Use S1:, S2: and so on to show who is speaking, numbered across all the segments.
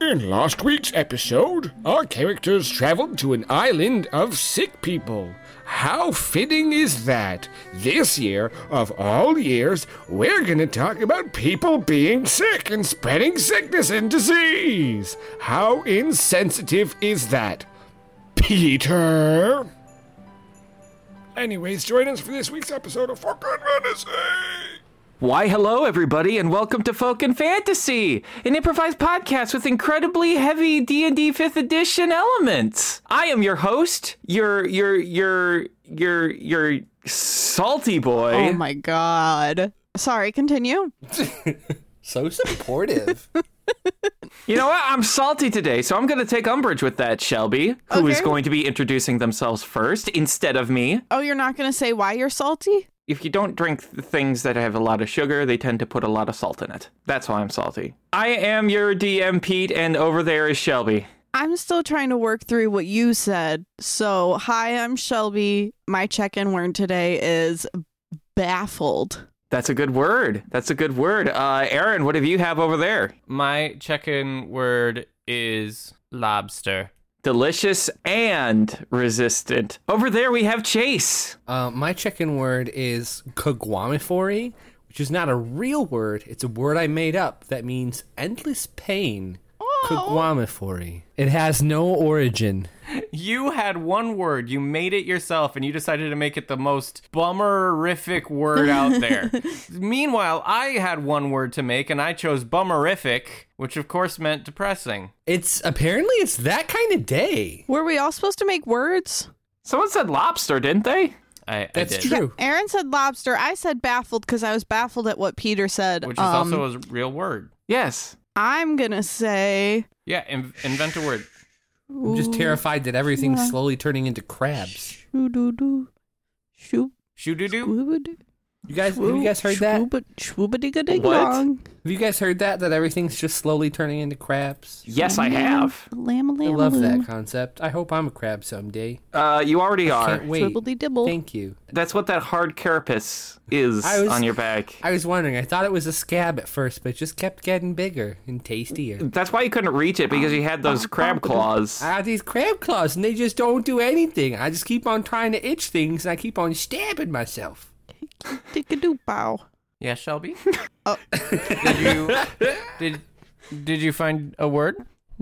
S1: In last week's episode, our characters traveled to an island of sick people. How fitting is that? This year, of all years, we're going to talk about people being sick and spreading sickness and disease. How insensitive is that? Peter? Anyways, join us for this week's episode of Fucking Fantasy!
S2: Why, hello, everybody, and welcome to Folk and Fantasy, an improvised podcast with incredibly heavy D and D Fifth Edition elements. I am your host, your your your your your salty boy.
S3: Oh my god. Sorry, continue.
S4: So supportive.
S2: You know what? I'm salty today, so I'm going to take umbrage with that, Shelby, who is
S3: Okay.
S2: going to be introducing themselves first instead of me.
S3: Oh, you're not going to say why you're salty?
S2: if you don't drink th- things that have a lot of sugar, they tend to put a lot of salt in it. That's why I'm salty. I am your DM, Pete, and over there is Shelby.
S3: I'm still trying to work through what you said. So, hi, I'm Shelby. My check in word today is baffled.
S2: That's a good word. That's a good word. Uh, Aaron, what do you have over there?
S5: My check-in word is lobster.
S2: Delicious and resistant. Over there, we have Chase.
S4: uh, my check-in word is kagwamifory, which is not a real word. It's a word I made up that means endless pain. Kagwamifory. It has no origin.
S5: You had one word, you made it yourself, and you decided to make it the most bummerific word out there. Meanwhile, I had one word to make, and I chose bummerific, which of course meant depressing.
S4: It's apparently it's that kind of day.
S3: Were we all supposed to make words?
S2: Someone said lobster, didn't they?
S5: I, I
S4: That's
S5: did.
S4: true.
S3: Aaron said lobster. I said baffled because I was baffled at what Peter said.
S5: Which is
S3: um,
S5: also a real word.
S2: Yes.
S3: I'm going to say.
S5: Yeah, in- invent a word.
S4: I'm just terrified that everything's slowly turning into crabs.
S3: Shoo-doo-doo. Shoo.
S5: Shoo doo doo.
S3: Shoo-doo.
S4: You guys, have you guys heard that? Have
S3: Shoo-ba-dee-ga-ding-dong.
S4: you guys heard that? That everything's just slowly turning into crabs.
S2: Yes, I have.
S3: Lamb,
S4: I
S3: lamb,
S4: love that concept. I hope I'm a crab someday.
S2: Uh, you already are.
S4: Can't wait.
S3: Dibble.
S4: Thank you.
S2: That's what that hard carapace is
S4: I was-
S2: on your back.
S4: I was wondering. I thought it was a scab at first, but it just kept getting bigger and tastier.
S2: That's why you couldn't reach it because you had those crab claws.
S4: I have these crab claws, and they just don't do anything. I just keep on trying to itch things, and I keep on stabbing myself.
S3: Dick a doo bow.
S5: Yeah, Shelby. did you did did you find a word?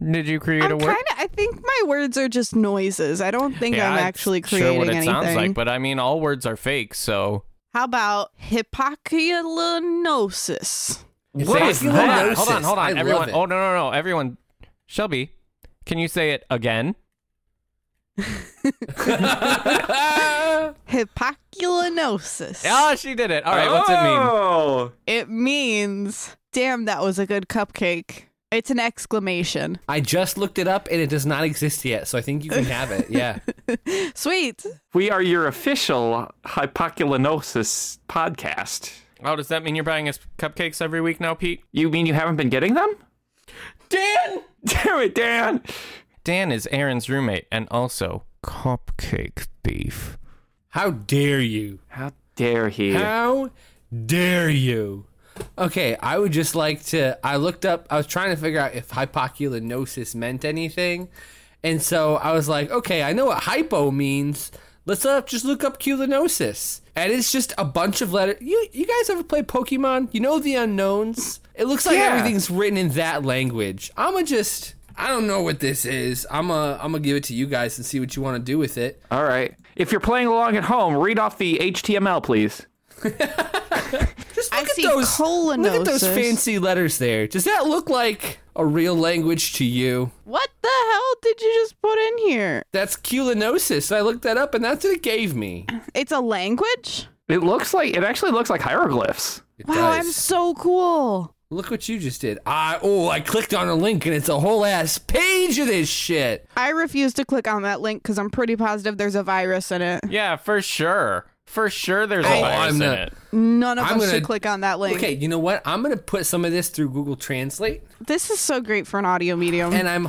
S5: Did you create a
S3: I'm
S5: word?
S3: kind of. I think my words are just noises. I don't think I'm
S5: it's
S3: actually creating
S5: sure what it
S3: anything.
S5: sounds like, but I mean, all words are fake, so
S3: How about hypochondrosis?
S2: What is
S4: Exactly.
S2: that?
S4: Hypnosis.
S5: Hold on, hold on,
S4: I love
S5: everyone.
S4: it.
S5: Oh no, no, no, everyone. Shelby, can you say it again?
S3: Hypochondrosis.
S5: Ah, she did it. All right, what's it mean?
S2: Oh.
S3: It means, damn, that was a good cupcake. It's an exclamation.
S4: I just looked it up, and it does not exist yet. So I think you can have it. Yeah.
S3: Sweet.
S2: We are your official hypochondrosis podcast.
S5: Oh, does that mean you're buying us cupcakes every week now, Pete?
S2: You mean you haven't been getting them? Dan! Damn it, Dan!
S5: Dan is Aaron's roommate and also cupcake thief.
S4: How dare you?
S2: How dare he?
S4: How dare you? Okay, I would just like to. I looked up. I was trying to figure out if hypochondrosis meant anything, and so I was like, okay, I know what hypo means. Let's uh, just look up culinosis, and it's just a bunch of letters. You you guys ever play Pokemon? You know the unknowns. It looks like
S2: Yeah.
S4: everything's written in that language. I'ma just. I don't know what this is. I'm a. I'm gonna give it to you guys and see what you want to do with it.
S2: All right. If you're playing along at home, read off the HTML, please.
S4: Just
S3: I
S4: look at
S3: see
S4: those Look at those
S3: colonosis.
S4: fancy letters there. Does that look like a real language to you?
S3: What the hell did you just put in here?
S4: That's culinosis. I looked that up and that's what it gave me.
S3: It's a language?
S2: It looks like it actually looks like hieroglyphs.
S4: It
S3: Wow,
S4: does.
S3: I'm so cool.
S4: Look what you just did. I oh, I clicked on a link and it's a whole ass page of this shit.
S3: I refuse to click on that link because I'm pretty positive there's a virus in it.
S5: Yeah, for sure. For sure, there's a
S4: Oh,
S5: virus
S4: I'm
S5: in
S4: not-
S5: it.
S3: None of
S4: I'm
S3: us should
S4: gonna-
S3: click on that link.
S4: Okay, you know what? I'm gonna put some of this through Google Translate,
S3: This is so great for an audio medium.
S4: and I'm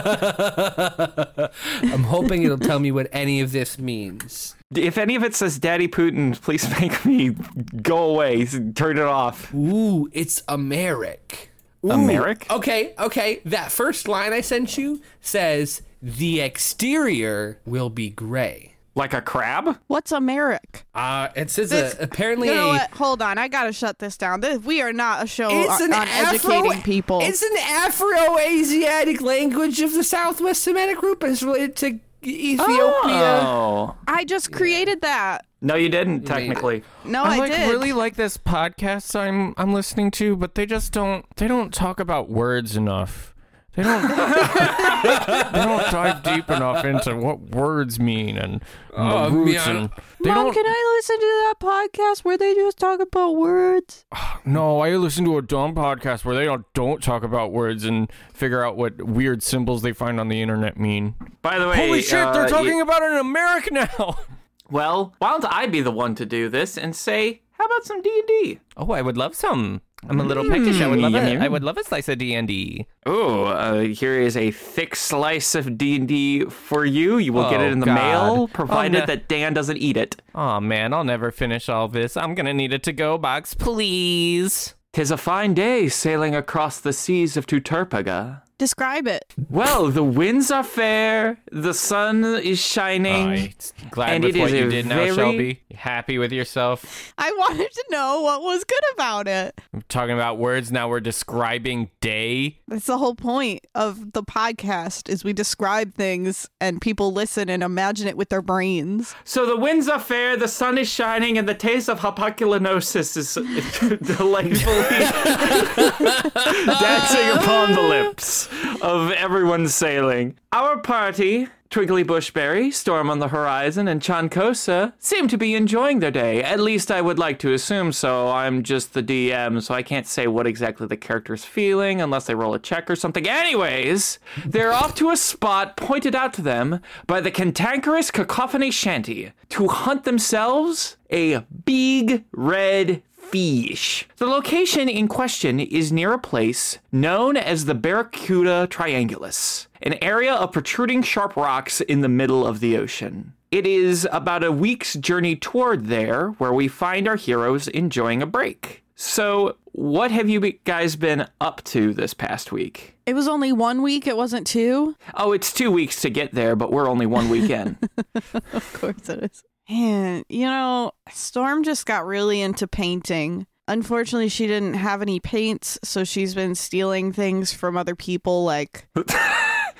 S4: ho- I'm hoping it'll tell me what any of this means.
S2: If any of it says Daddy Putin, please make me go away. Turn it off.
S4: Ooh, it's Americ. Ooh,
S2: Americ?
S4: Okay, okay. That first line I sent you says the exterior will be gray.
S2: Like a crab?
S3: What's Americ?
S4: Uh, it says
S3: This-
S4: a, apparently
S3: You know
S4: a-
S3: what? Hold on. I gotta shut this down. This, we are not a show
S4: it's
S3: on
S4: an
S3: on
S4: Afro-
S3: educating people.
S4: It's an Afro-Asiatic language of the Southwest Semitic group. It's related to Ethiopia.
S2: Oh.
S3: I just created that.
S2: No, you didn't, technically.
S3: No,
S5: I,
S3: I,
S5: like
S3: did.
S5: really like this podcast I'm I'm listening to, but they just don't they don't talk about words enough. They don't they don't dive deep enough into what words mean and, and
S4: Oh,
S5: the roots
S4: man.
S5: and they
S3: Mom,
S5: Um, don't
S3: can I listen to that podcast where they just talk about words?
S5: No, I listen to a dumb podcast where they don't don't talk about words and figure out what weird symbols they find on the internet mean.
S2: By the way,
S5: Holy shit,
S2: uh,
S5: they're
S2: you-
S5: talking about it in America now.
S2: Well, why don't I be the one to do this and say, how about some D&D?
S5: Oh, I would love some. I'm a little peckish. I would love it. I would love a slice of D and D.
S2: Oh, uh, here is a thick slice of D&D for you. You will get
S5: Oh,
S2: it in the
S5: God.
S2: mail,
S5: Oh,
S2: provided
S5: no.
S2: that Dan doesn't eat it.
S5: Oh man, I'll never finish all this. I'm gonna need a to-go box, please.
S2: Tis a fine day sailing across the seas of Tuturpaga.
S3: Describe it.
S2: Well, the winds are fair, the sun is shining.
S5: glad
S2: And
S5: with
S2: it
S5: what
S2: is
S5: you
S2: a
S5: did now,
S2: very-
S5: Shelby. You Happy with yourself.
S3: I wanted to know what was good about it.
S5: We're talking about words now. We're describing day.
S3: That's the whole point of the podcast is we describe things and people listen and imagine it with their brains.
S2: So the winds are fair, the sun is shining, and the taste of hypoculinosis is delightfully dancing upon the lips of everyone sailing. Our party, Twiggly Bushberry, Storm on the Horizon, and Chancosa, seem to be enjoying their day. At least I would like to assume so. I'm just the DM, so I can't say what exactly the character's feeling unless they roll a check or something. Anyways, they're off to a spot pointed out to them by the cantankerous Cacophony Shanty to hunt themselves a big red fish. The location in question is near a place known as the Barracuda Triangulus, an area of protruding sharp rocks in the middle of the ocean. It is about a week's journey toward there where we find our heroes enjoying a break. So, what have you be- guys been up to this past week?
S3: It was only one week, it wasn't two.
S2: Oh, it's two weeks to get there, but we're only one week in.
S3: Of course it is. Man, you know, Storm just got really into painting. Unfortunately, she didn't have any paints, so she's been stealing things from other people like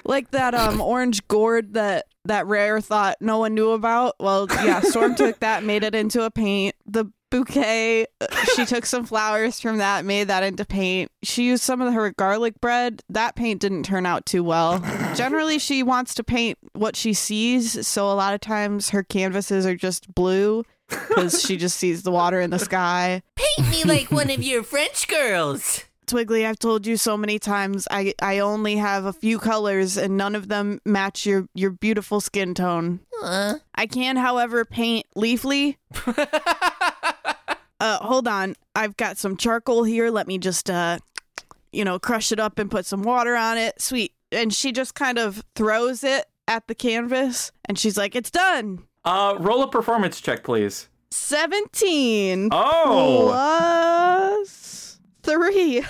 S3: like that um orange gourd that that rare thought no one knew about. Well, yeah, Storm took that, made it into a paint. The bouquet, uh, she took some flowers from that, made that into paint. She used some of her garlic bread. That paint didn't turn out too well. Generally, she wants to paint what she sees, so a lot of times her canvases are just blue because she just sees the water in the sky.
S6: Paint me like one of your French girls.
S3: Twiggly, I've told you so many times I, I only have a few colors and none of them match your, your beautiful skin tone.
S6: Huh?
S3: I can, however, paint leafly. uh, hold on. I've got some charcoal here. Let me just, uh, you know, crush it up and put some water on it. Sweet. And she just kind of throws it at the canvas and she's like, it's done.
S2: uh, roll a performance check, please.
S3: 17
S2: Oh,
S3: plus three.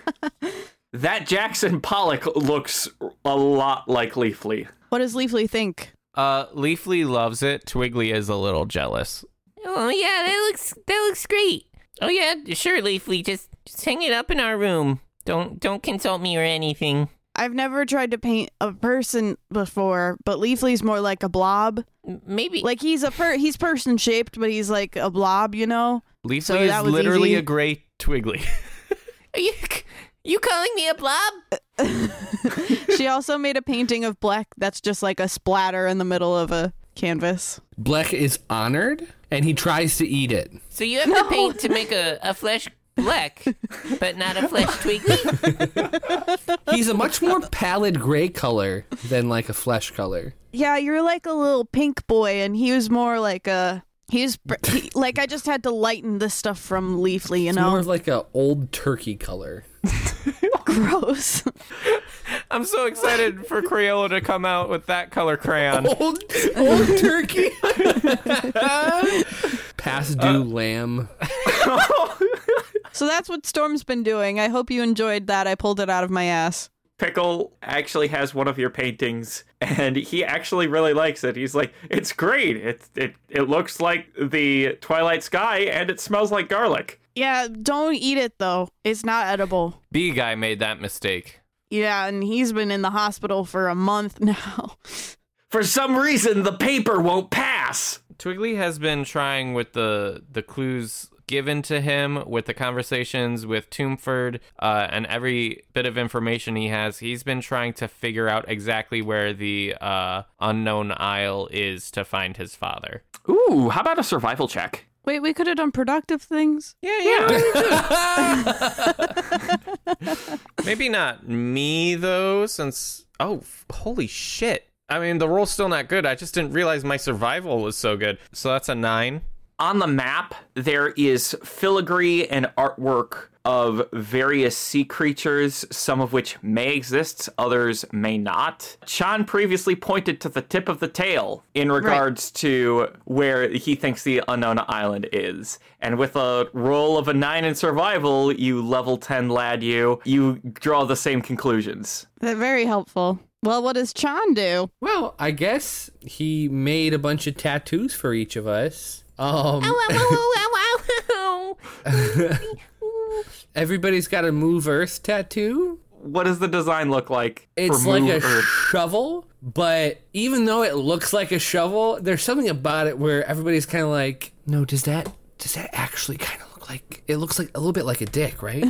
S2: that Jackson Pollock looks a lot like Leafly.
S3: what does Leafly think?
S5: Uh, Leafly loves it. Twiggly is a little jealous.
S6: Oh yeah, that looks that looks great. Oh yeah, sure, Leafly, just just hang it up in our room. Don't don't consult me or anything.
S3: I've never tried to paint a person before, but Leafly's more like a blob.
S6: M- Maybe
S3: Like he's a per- he's person shaped, but he's like a blob, you know?
S5: Leafly
S3: So that
S5: is
S3: was
S5: literally
S3: easy.
S5: a great Twiggly.
S6: are you you calling me a blob?
S3: she also made a painting of black that's just like a splatter in the middle of a canvas.
S4: Bleck is honored, and he tries to eat it.
S6: So you have to paint to make a, a flesh black, but not a flesh twiggly.
S4: He's a much more pallid gray color than like a flesh color.
S3: Yeah, you're like a little pink boy, and he was more like a he was pr- he, like I just had to lighten this stuff from Leafly, you
S4: It's more
S3: know?
S4: of like a old turkey color.
S3: Gross.
S5: I'm so excited for Crayola to come out with that color crayon.
S4: Old old turkey. Uh, Past due lamb.
S3: So that's what Storm's been doing. I hope you enjoyed that. I pulled it out of my ass.
S2: Pickle actually has one of your paintings and he actually really likes it. He's like, "It's great. It it it looks like the twilight sky and it smells like garlic."
S3: Yeah, don't eat it though. It's not edible.
S5: B guy made that mistake.
S3: Yeah, and he's been in the hospital for a month now.
S2: For some reason, the paper won't pass.
S5: Twiggly has been trying with the the clues given to him with the conversations with Tombford uh, and every bit of information he has. He's been trying to figure out exactly where the uh, unknown isle is to find his father.
S2: Ooh, how about a survival check?
S3: Wait, we could have done productive things.
S5: Yeah, yeah. Maybe not me though, since oh, f- holy shit. I mean, the roll's still not good. I just didn't realize my survival was so good. So that's a nine.
S2: on the map there is filigree and artwork of various sea creatures some of which may exist others may not chan previously pointed to the tip of the tail in regards to where he thinks the unknown island is and with a roll of a 9 in survival you level 10 lad you you draw the same conclusions
S3: They're very helpful. Well, what does Chan do?
S4: Well, I guess he made a bunch of tattoos for each of us. Um,
S6: Ow, ow, ow, ow, ow, ow.
S4: everybody's got a move earth tattoo.
S2: what does the design look like for
S4: It's like a
S2: Move Earth?
S4: shovel, but even though it looks like a shovel, there's something about it where everybody's kind of like, "No, does that does that actually kind of look like? It looks like a little bit like a dick, right?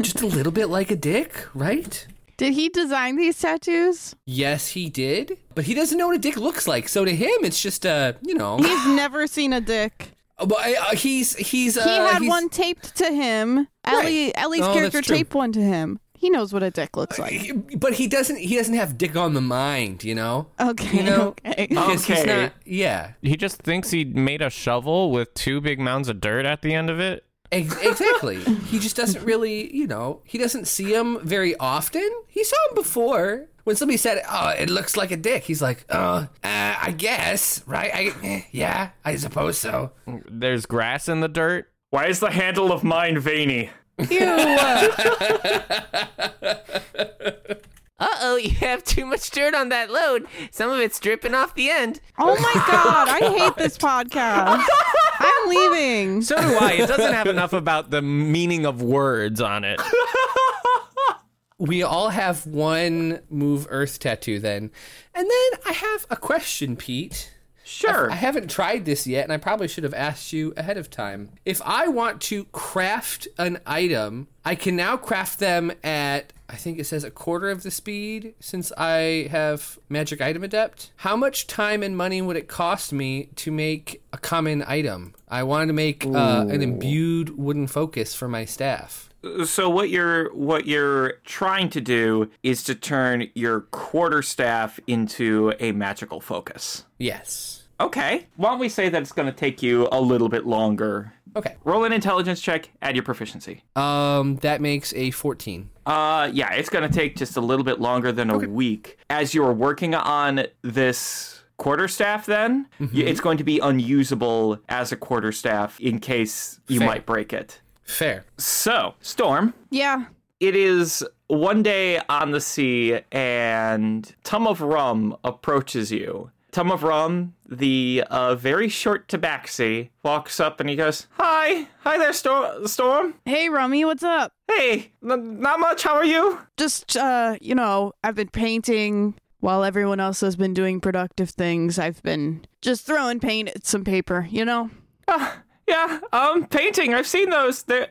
S4: Just a little bit like a dick, right?"
S3: Did he design these tattoos?
S4: Yes, he did, but he doesn't know what a dick looks like. So to him, it's just a you know.
S3: He's never seen a dick.
S4: But uh, he's he's uh,
S3: He had
S4: he's-
S3: one taped to him. Ellie, Ellie's
S4: Oh, that's
S3: character
S4: true.
S3: taped one to him. He knows what a dick looks like.
S4: he- but he doesn't he doesn't have dick on the mind, you know.
S3: Okay.
S4: You know,
S3: okay.
S4: Because he's
S2: Okay.
S4: not. Yeah,
S5: He just thinks he made a shovel with two big mounds of dirt at the end of it.
S4: Ex- exactly. he just doesn't really, you know, he doesn't see him very often. He saw him before. When somebody said, "Oh, it looks like a dick," he's like, "Uh, uh I guess, right? I, eh, yeah, I suppose so."
S5: There's grass in the dirt.
S2: why is the handle of mine veiny
S6: Uh-oh, you have too much dirt on that load. Some of it's dripping off the end.
S3: Oh my god, I hate this podcast. I'm leaving.
S5: So do I. It doesn't have enough about the meaning of words on it.
S4: We all have one move Earth tattoo, then, and then I have a question, Pete.
S2: sure
S4: I haven't tried this yet, and I probably should have asked you ahead of time. If I want to craft an item, I can now craft them at, I think it says a quarter of the speed since I have Magic Item Adept. How much time and money would it cost me to make a common item? I wanted to make uh, an imbued wooden focus for my staff.
S2: so what you're what you're trying to do is to turn your quarterstaff into a magical focus.
S4: Yes.
S2: Okay. Why don't we say that it's going to take you a little bit longer?
S4: Okay.
S2: Roll an intelligence check. Add your proficiency.
S4: Um, that makes a 14.
S2: Uh, yeah, it's going to take just a little bit longer than a week. As you're working on this quarterstaff, then y it's going to be unusable as a quarterstaff in case you
S4: Fair.
S2: might break it.
S4: Fair.
S2: So, Storm,
S3: Yeah.
S2: it is one day on the sea and tum of rum approaches you tum of rum the uh, very short tabaxi walks up and he goes hi hi there storm storm
S3: Hey Rummy, what's up?
S2: hey n- not much how are you
S3: Just uh, you know, I've been painting while everyone else has been doing productive things. I've been just throwing paint at some paper, you know?
S2: yeah um painting i've seen those They're,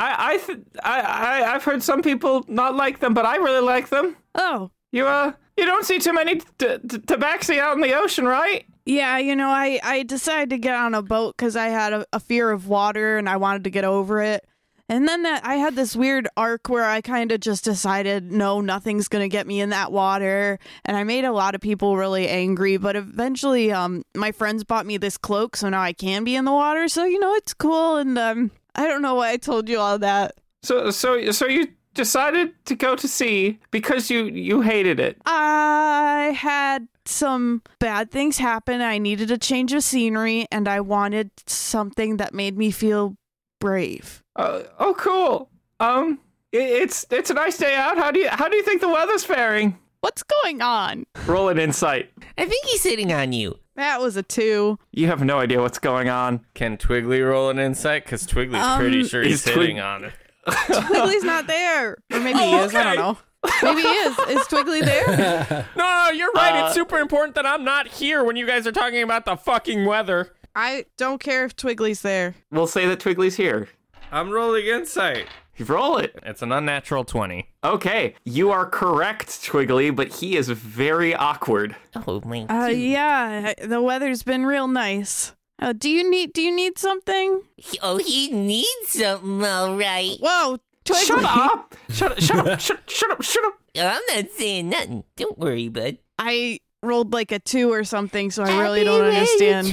S2: I, I, th- I, I, I've heard some people not like them, but I really like them.
S3: Oh,
S2: You, uh, you don't see too many t- t- tabaxi out in the ocean, right?
S3: Yeah, you know, I, I decided to get on a boat because I had a, a fear of water and I wanted to get over it. And then that, I had this weird arc where I kind of just decided, no, nothing's going to get me in that water. And I made a lot of people really angry. But eventually, um, my friends bought me this cloak, so now I can be in the water. So, you know, it's cool. And um, I don't know why I told you all that.
S2: So so so you decided to go to sea because you you hated it.
S3: I had some bad things happen. I needed a change of scenery and I wanted something that made me feel brave.
S2: Uh, oh, cool. Um, it, it's it's a nice day out. How do you how do you think the weather's faring?
S3: What's going on?
S2: Roll an insight.
S6: I think he's hitting on you.
S3: That was a two.
S2: You have no idea what's going on.
S5: Can Twiggly roll an insight? Because Twiggly's pretty sure he's,
S2: he's Twig-
S5: hitting on it.
S3: Twiggly's not there. Or maybe he is. I don't know. Maybe he is. Is Twiggly there?
S5: No, you're right. it's super important that I'm not here when you guys are talking about the fucking weather.
S3: I don't care if Twiggly's there.
S2: We'll say that Twiggly's here.
S5: I'm rolling insight.
S2: You Roll it.
S5: It's an unnatural 20.
S2: Okay, you are correct, Twiggly, but he is very awkward.
S6: Oh my.
S3: Uh,
S6: dude.
S3: yeah, I- the weather's been real nice. Uh, do you need Do you need something?
S6: He- oh, he needs something, all right.
S3: Whoa, Twiggly!
S2: Shut up! Shut up! Shut up! Shut, shut up! Shut up!
S6: I'm not saying nothing. Don't worry, bud.
S3: I rolled like a two or something, so I really don't understand.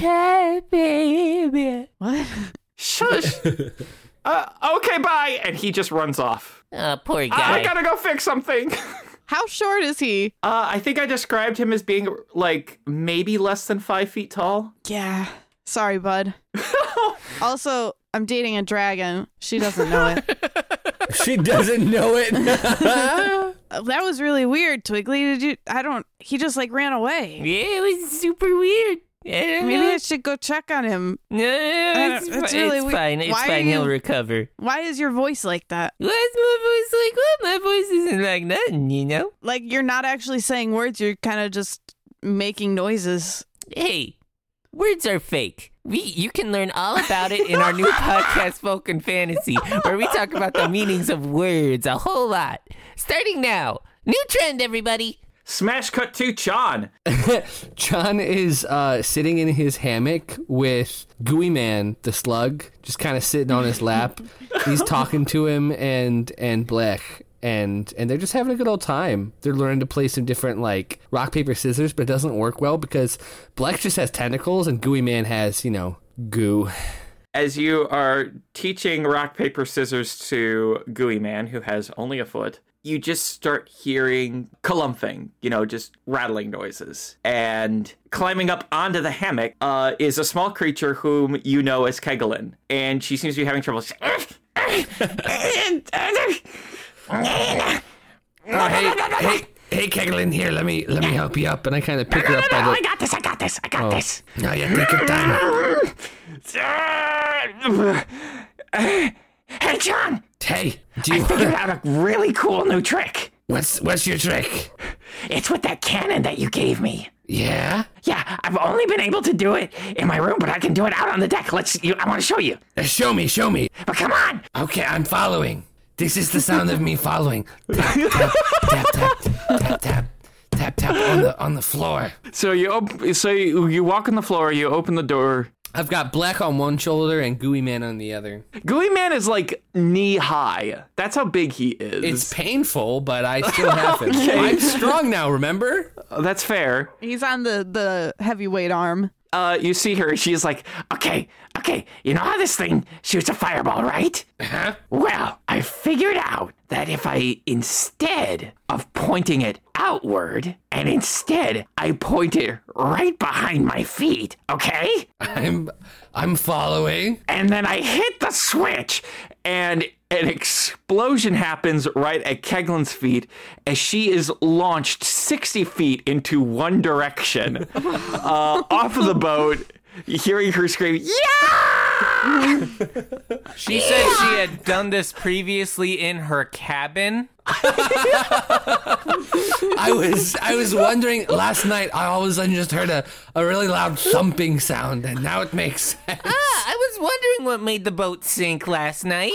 S3: What?
S2: Shush! uh, okay, bye. And he just runs off.
S6: Oh, poor guy.
S2: I gotta go fix something.
S3: How short is he?
S2: Uh, I think I described him as being like maybe less than five feet tall.
S3: Yeah. Sorry, bud. also, I'm dating a dragon. She doesn't know it.
S4: She doesn't know it.
S3: Uh, that was really weird, Twiggly. Did you? I don't. He just like ran away.
S6: yeah, it was super weird. I don't
S3: Maybe
S6: know.
S3: I should go check on him.
S6: No, no, no,
S3: That's-
S6: it's,
S3: that's
S6: fi-
S3: really
S6: it's
S3: weird.
S6: fine. It's
S3: Why are
S6: fine. He'll
S3: you-
S6: recover.
S3: Why is your voice like that?
S6: What's my voice like? What? My voice isn't like nothing, you know?
S3: Like you're not actually saying words. You're kind of just making noises.
S6: Hey, words are fake. We, you can learn all about it in our new podcast, Folk and Fantasy, where we talk about the meanings of words a whole lot. Starting now. New trend, everybody.
S2: Smash cut to Chan.
S4: John is uh, sitting in his hammock with Gooey Man, the slug, just kind of sitting on his lap. He's talking to him and and Blech. And, and they're just having a good old time. They're learning to play some different like rock paper scissors, but it doesn't work well because Blech just has tentacles and Gooey Man has you know goo.
S2: As you are teaching rock, paper, scissors to Gooey Man, who has only a foot, you just start hearing clumping, you know, just rattling noises. And climbing up onto the hammock uh, is a small creature whom you know as Kegelin. And she seems to be having trouble.
S4: Oh, hey, hey, hey, Keglin, here. Let me let me help you up. And I kind of pick her up by the. I got this. I got this. I got this. No, yeah, take your time.
S2: hey, John!
S4: Hey, do you?
S2: Figured out a really cool new trick.
S4: What's what's your trick?
S2: It's with that cannon that you gave me.
S4: Yeah.
S2: Yeah, I've only been able to do it in my room, but I can do it out on the deck. Let's. You, I want to show you.
S4: Uh, show me. Show me.
S2: But come on.
S4: Okay, I'm following. This is the sound of me following. Tap tap tap tap tap tap tap tap on the on the floor.
S2: So you op- so you, you walk on the floor. You open the door.
S4: I've got black on one shoulder and gooey man on the other.
S2: Gooey Man is like knee high. That's how big he is.
S4: It's painful, but I still have it. I'm strong now. Remember?
S2: Oh, That's fair.
S3: He's on the the heavyweight arm.
S2: Uh, you see her. She's like, okay, okay. You know how this thing shoots a fireball, right? Uh-huh. Well, I figured out that if I instead of pointing it outward, and instead I point it right behind my feet, okay?
S4: I'm I'm following.
S2: and then I hit the switch, and an explosion happens right at Keglin's feet as she is launched 60 feet into one direction uh, off of the boat, hearing her scream, Yeah!
S5: She said she had done this previously in her cabin.
S4: I was I was wondering last night. I all of a sudden just heard a, a really loud thumping sound, and now it makes sense.
S6: Ah, I was wondering what made the boat sink last night.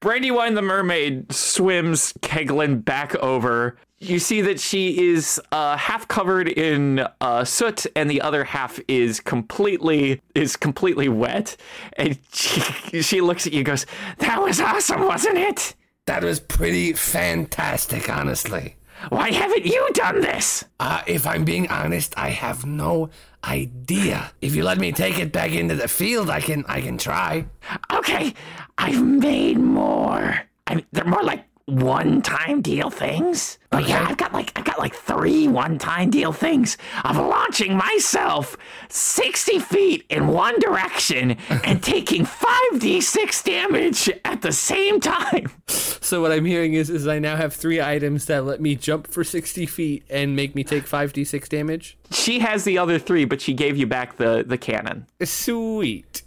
S2: Brandywine the mermaid swims Keglin back over. You see that she is uh, half covered in uh, soot, and the other half is completely is completely wet. And she, she looks at you, and goes, "That was awesome, wasn't it?
S4: That was pretty fantastic, honestly.
S2: Why haven't you done this?"
S4: Uh, if I'm being honest, I have no idea. If you let me take it back into the field, I can I can try.
S2: Okay, I've made more. I mean, they're more like
S7: one time deal things? Oh yeah, I've got like I've got like three one time deal things of launching myself sixty feet in one direction and taking five D six damage at the same time.
S4: So what I'm hearing is, is I now have three items that let me jump for 60 feet and make me take 5d6 damage.
S2: She has the other three, but she gave you back the the cannon.
S4: Sweet.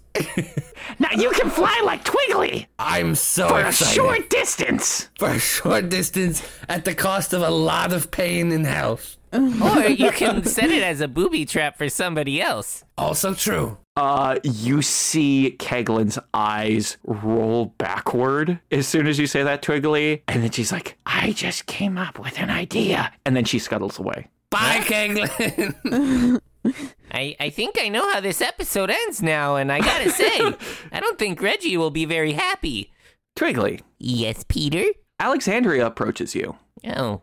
S7: Now you can fly like Twiggly
S4: I'm so
S7: for a
S4: excited
S7: short distance.
S4: for a short distance at the cost of a lot of pain and health.
S6: Or you can set it as a booby trap for somebody else.
S4: Also true.
S2: Uh, you see Keglin's eyes roll backward as soon as you say that, Twiggly, and then she's like,
S7: I just came up with an idea.
S2: and then she scuttles away.
S4: Bye, Keglin.
S6: I, I think I know how this episode ends now, and I gotta say, I don't think Reggie will be very happy.
S2: Twiggly,
S6: Yes, Peter?
S2: Alexandria approaches you.
S6: Oh.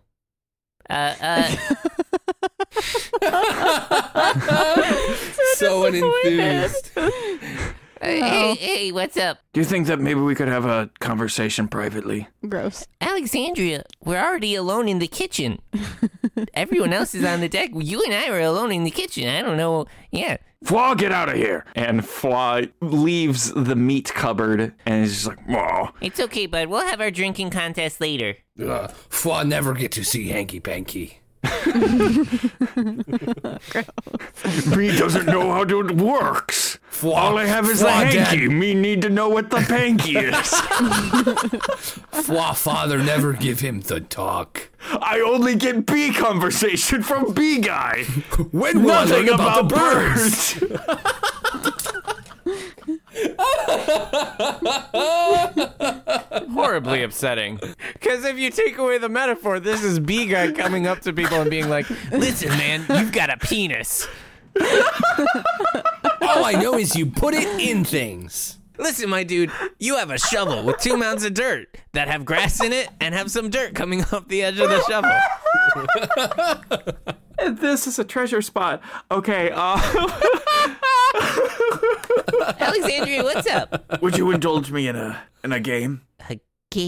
S6: Uh, uh,
S4: so unenthused.
S6: hey, hey, what's up?
S2: Do you think that maybe we could have a conversation privately?
S3: Gross.
S6: Alexandria, we're already alone in the kitchen. Everyone else is on the deck. You and I were alone in the kitchen. I don't know. Yeah.
S2: Flaw, get out of here! And Flaw leaves the meat cupboard and is just like, oh.
S6: It's okay, bud. We'll have our drinking contest later.
S8: Ugh, Fwa Uh, never get to see Hanky Panky.
S2: Me doesn't know how it works. All I have is the
S8: Flaw
S2: hanky. Me need to know what the panky is.
S8: Fwa father never give him the talk.
S2: I only get bee conversation from bee guy.
S8: When will I learn about, the birds?
S5: horribly upsetting. Because if you take away the metaphor, this is B guy coming up to people and being like, "Listen, man, you've got a penis.
S8: All I know is you put it in things.
S6: Listen, my dude, you have a shovel with two mounds of dirt that have grass in it and have some dirt coming off the edge of the shovel.
S2: This is a treasure spot. Okay, uh,
S6: Alexandria, what's up?
S7: Would you indulge me in a in a game?
S6: A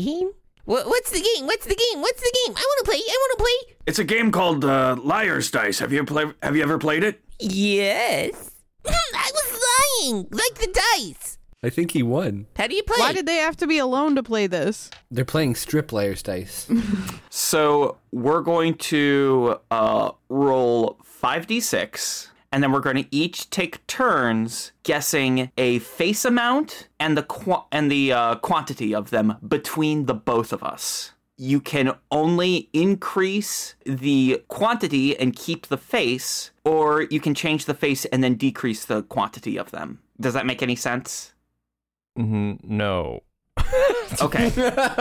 S6: game? What, what's the game? What's the game? What's the game? I want to play. I want to play.
S7: It's a game called uh, Liar's Dice. Have you play, Have you ever played it?
S6: Yes. I was lying, like the dice.
S8: I think he won.
S6: How do you play?
S3: Why did they have to be alone to play this?
S8: They're playing strip layers dice.
S2: so we're going to uh, roll 5d6, and then we're going to each take turns guessing a face amount and the qu- and the uh, quantity of them between the both of us. You can only increase the quantity and keep the face, or you can change the face and then decrease the quantity of them. Does that make any sense?
S5: Mm-hmm. no.
S2: Okay.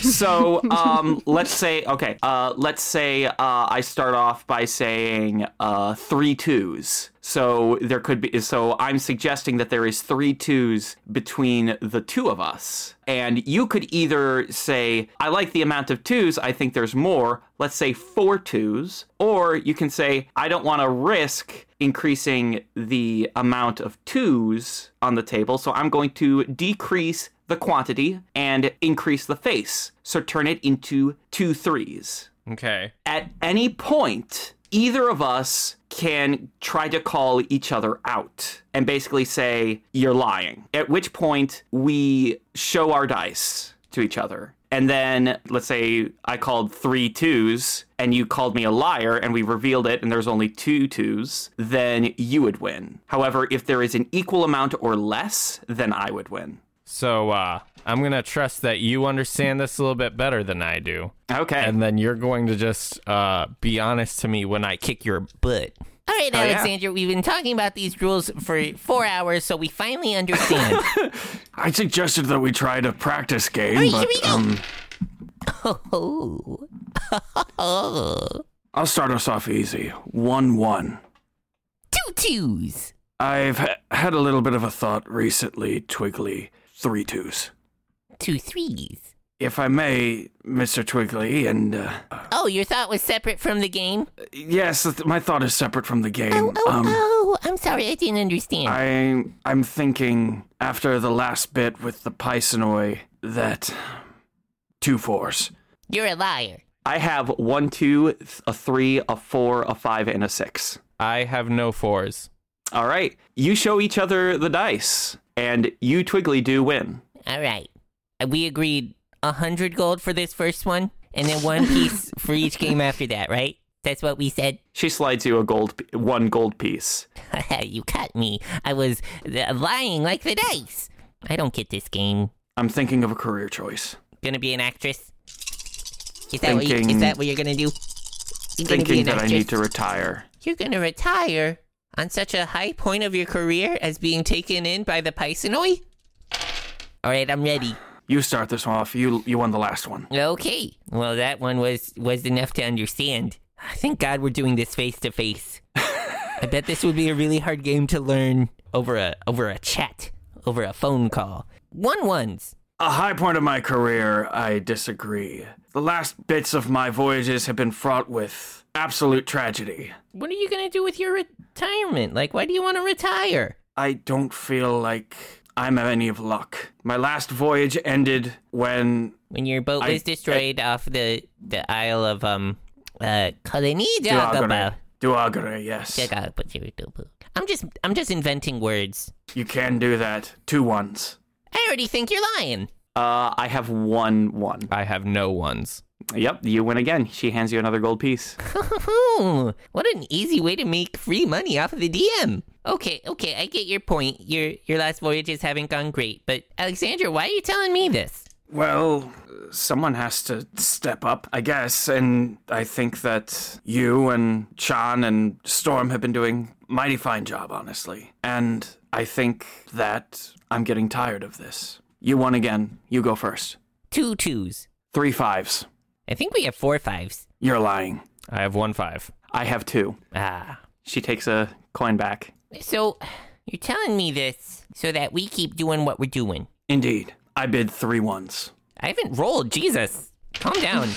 S2: so um, let's say okay. Uh, let's say uh, I start off by saying uh, three twos. So there could be. So I'm suggesting that there is three twos between the two of us, and you could either say I like the amount of twos. I think there's more. Let's say four twos, or you can say I don't want to risk increasing the amount of twos on the table, so I'm going to decrease the quantity and increase the face. So turn it into two threes.
S5: Okay.
S2: At any point, either of us can try to call each other out and basically say, You're lying. At which point, we show our dice to each other. And then, let's say I called three twos and you called me a liar and we revealed it and there's only two twos, then you would win. However, if there is an equal amount or less, then I would win.
S5: So uh, I'm gonna trust that you understand this a little bit better than I do,
S2: Okay.
S5: and then you're going to just uh, be honest to me when I kick your butt.
S6: All right,
S3: Oh,
S6: Alexandria, we've been talking about these rules for four hours, so we finally understand.
S7: I suggested that we try to practice game,
S6: Hey, here
S7: but
S6: we go.
S7: um,
S6: oh.
S7: I'll start us off easy. One one.
S6: Two twos.
S7: I've ha- had a little bit of a thought recently, Twiggly. Three twos.
S6: Two threes.
S7: If I may, Mr. Twiggly, and uh,
S6: Oh, your thought was separate from the game?
S7: yes, th- my thought is separate from the game.
S6: Oh, oh,
S7: um,
S6: oh. I'm sorry, I didn't understand.
S7: I I'm thinking after the last bit with the Pisonoi that two fours.
S6: You're a liar.
S2: I have one, two, th- a three, a four, a five, and a six.
S5: I have no fours.
S2: All right. You show each other the dice, and you, Twiggly, do win.
S6: All right. Uh, We agreed a hundred gold for this first one, and then one piece for each game after that, right? That's what we said.
S2: She slides you a gold, p- one gold piece.
S6: you cut me. I was uh, lying like the dice. I don't get this game.
S2: I'm thinking of a career choice.
S6: Gonna be an actress? Is that what you,
S2: Thinking-
S6: is that what you're gonna do? You're gonna be
S2: Thinking
S6: an
S2: that I
S6: actress?
S2: need to retire.
S6: You're gonna retire on such a high point of your career as being taken in by the Pisonoi? All right, I'm ready.
S2: You start this one off. You you won the last one.
S6: Okay. Well, that one was was enough to understand. Thank God we're doing this face to face. I bet this would be a really hard game to learn over a over a chat, over a phone call. One ones.
S2: A high point of my career, I disagree. The last bits of my voyages have been fraught with absolute tragedy.
S6: What are you gonna do with your retirement? Like, why do you want to retire?
S2: I don't feel like I'm of any of luck. My last voyage ended when
S6: When your boat
S2: I-
S6: was destroyed off the the Isle of um uh Kalinijagaba.
S2: Duagara. Duagara, yes.
S6: I'm just I'm just inventing words.
S2: You can do that. Two ones.
S6: I already think you're lying.
S2: Uh, I have one one.
S5: I have no ones.
S2: Yep, you win again. She hands you another gold piece.
S6: what an easy way to make free money off of the DM. Okay, okay, I get your point. Your your last voyages haven't gone great, but Alexandra, why are you telling me this?
S2: Well, someone has to step up, I guess, and I think that you and Chan and Storm have been doing mighty fine job, honestly. And I think that I'm getting tired of this. You won again. You go first.
S6: Two twos.
S2: Three fives.
S6: I think we have four fives.
S2: You're lying.
S5: I have one five.
S2: I have two.
S6: Ah.
S2: She takes a coin back.
S6: So you're telling me this so that we keep doing what we're doing.
S2: Indeed. I bid three ones.
S6: I haven't rolled, Jesus. Calm down.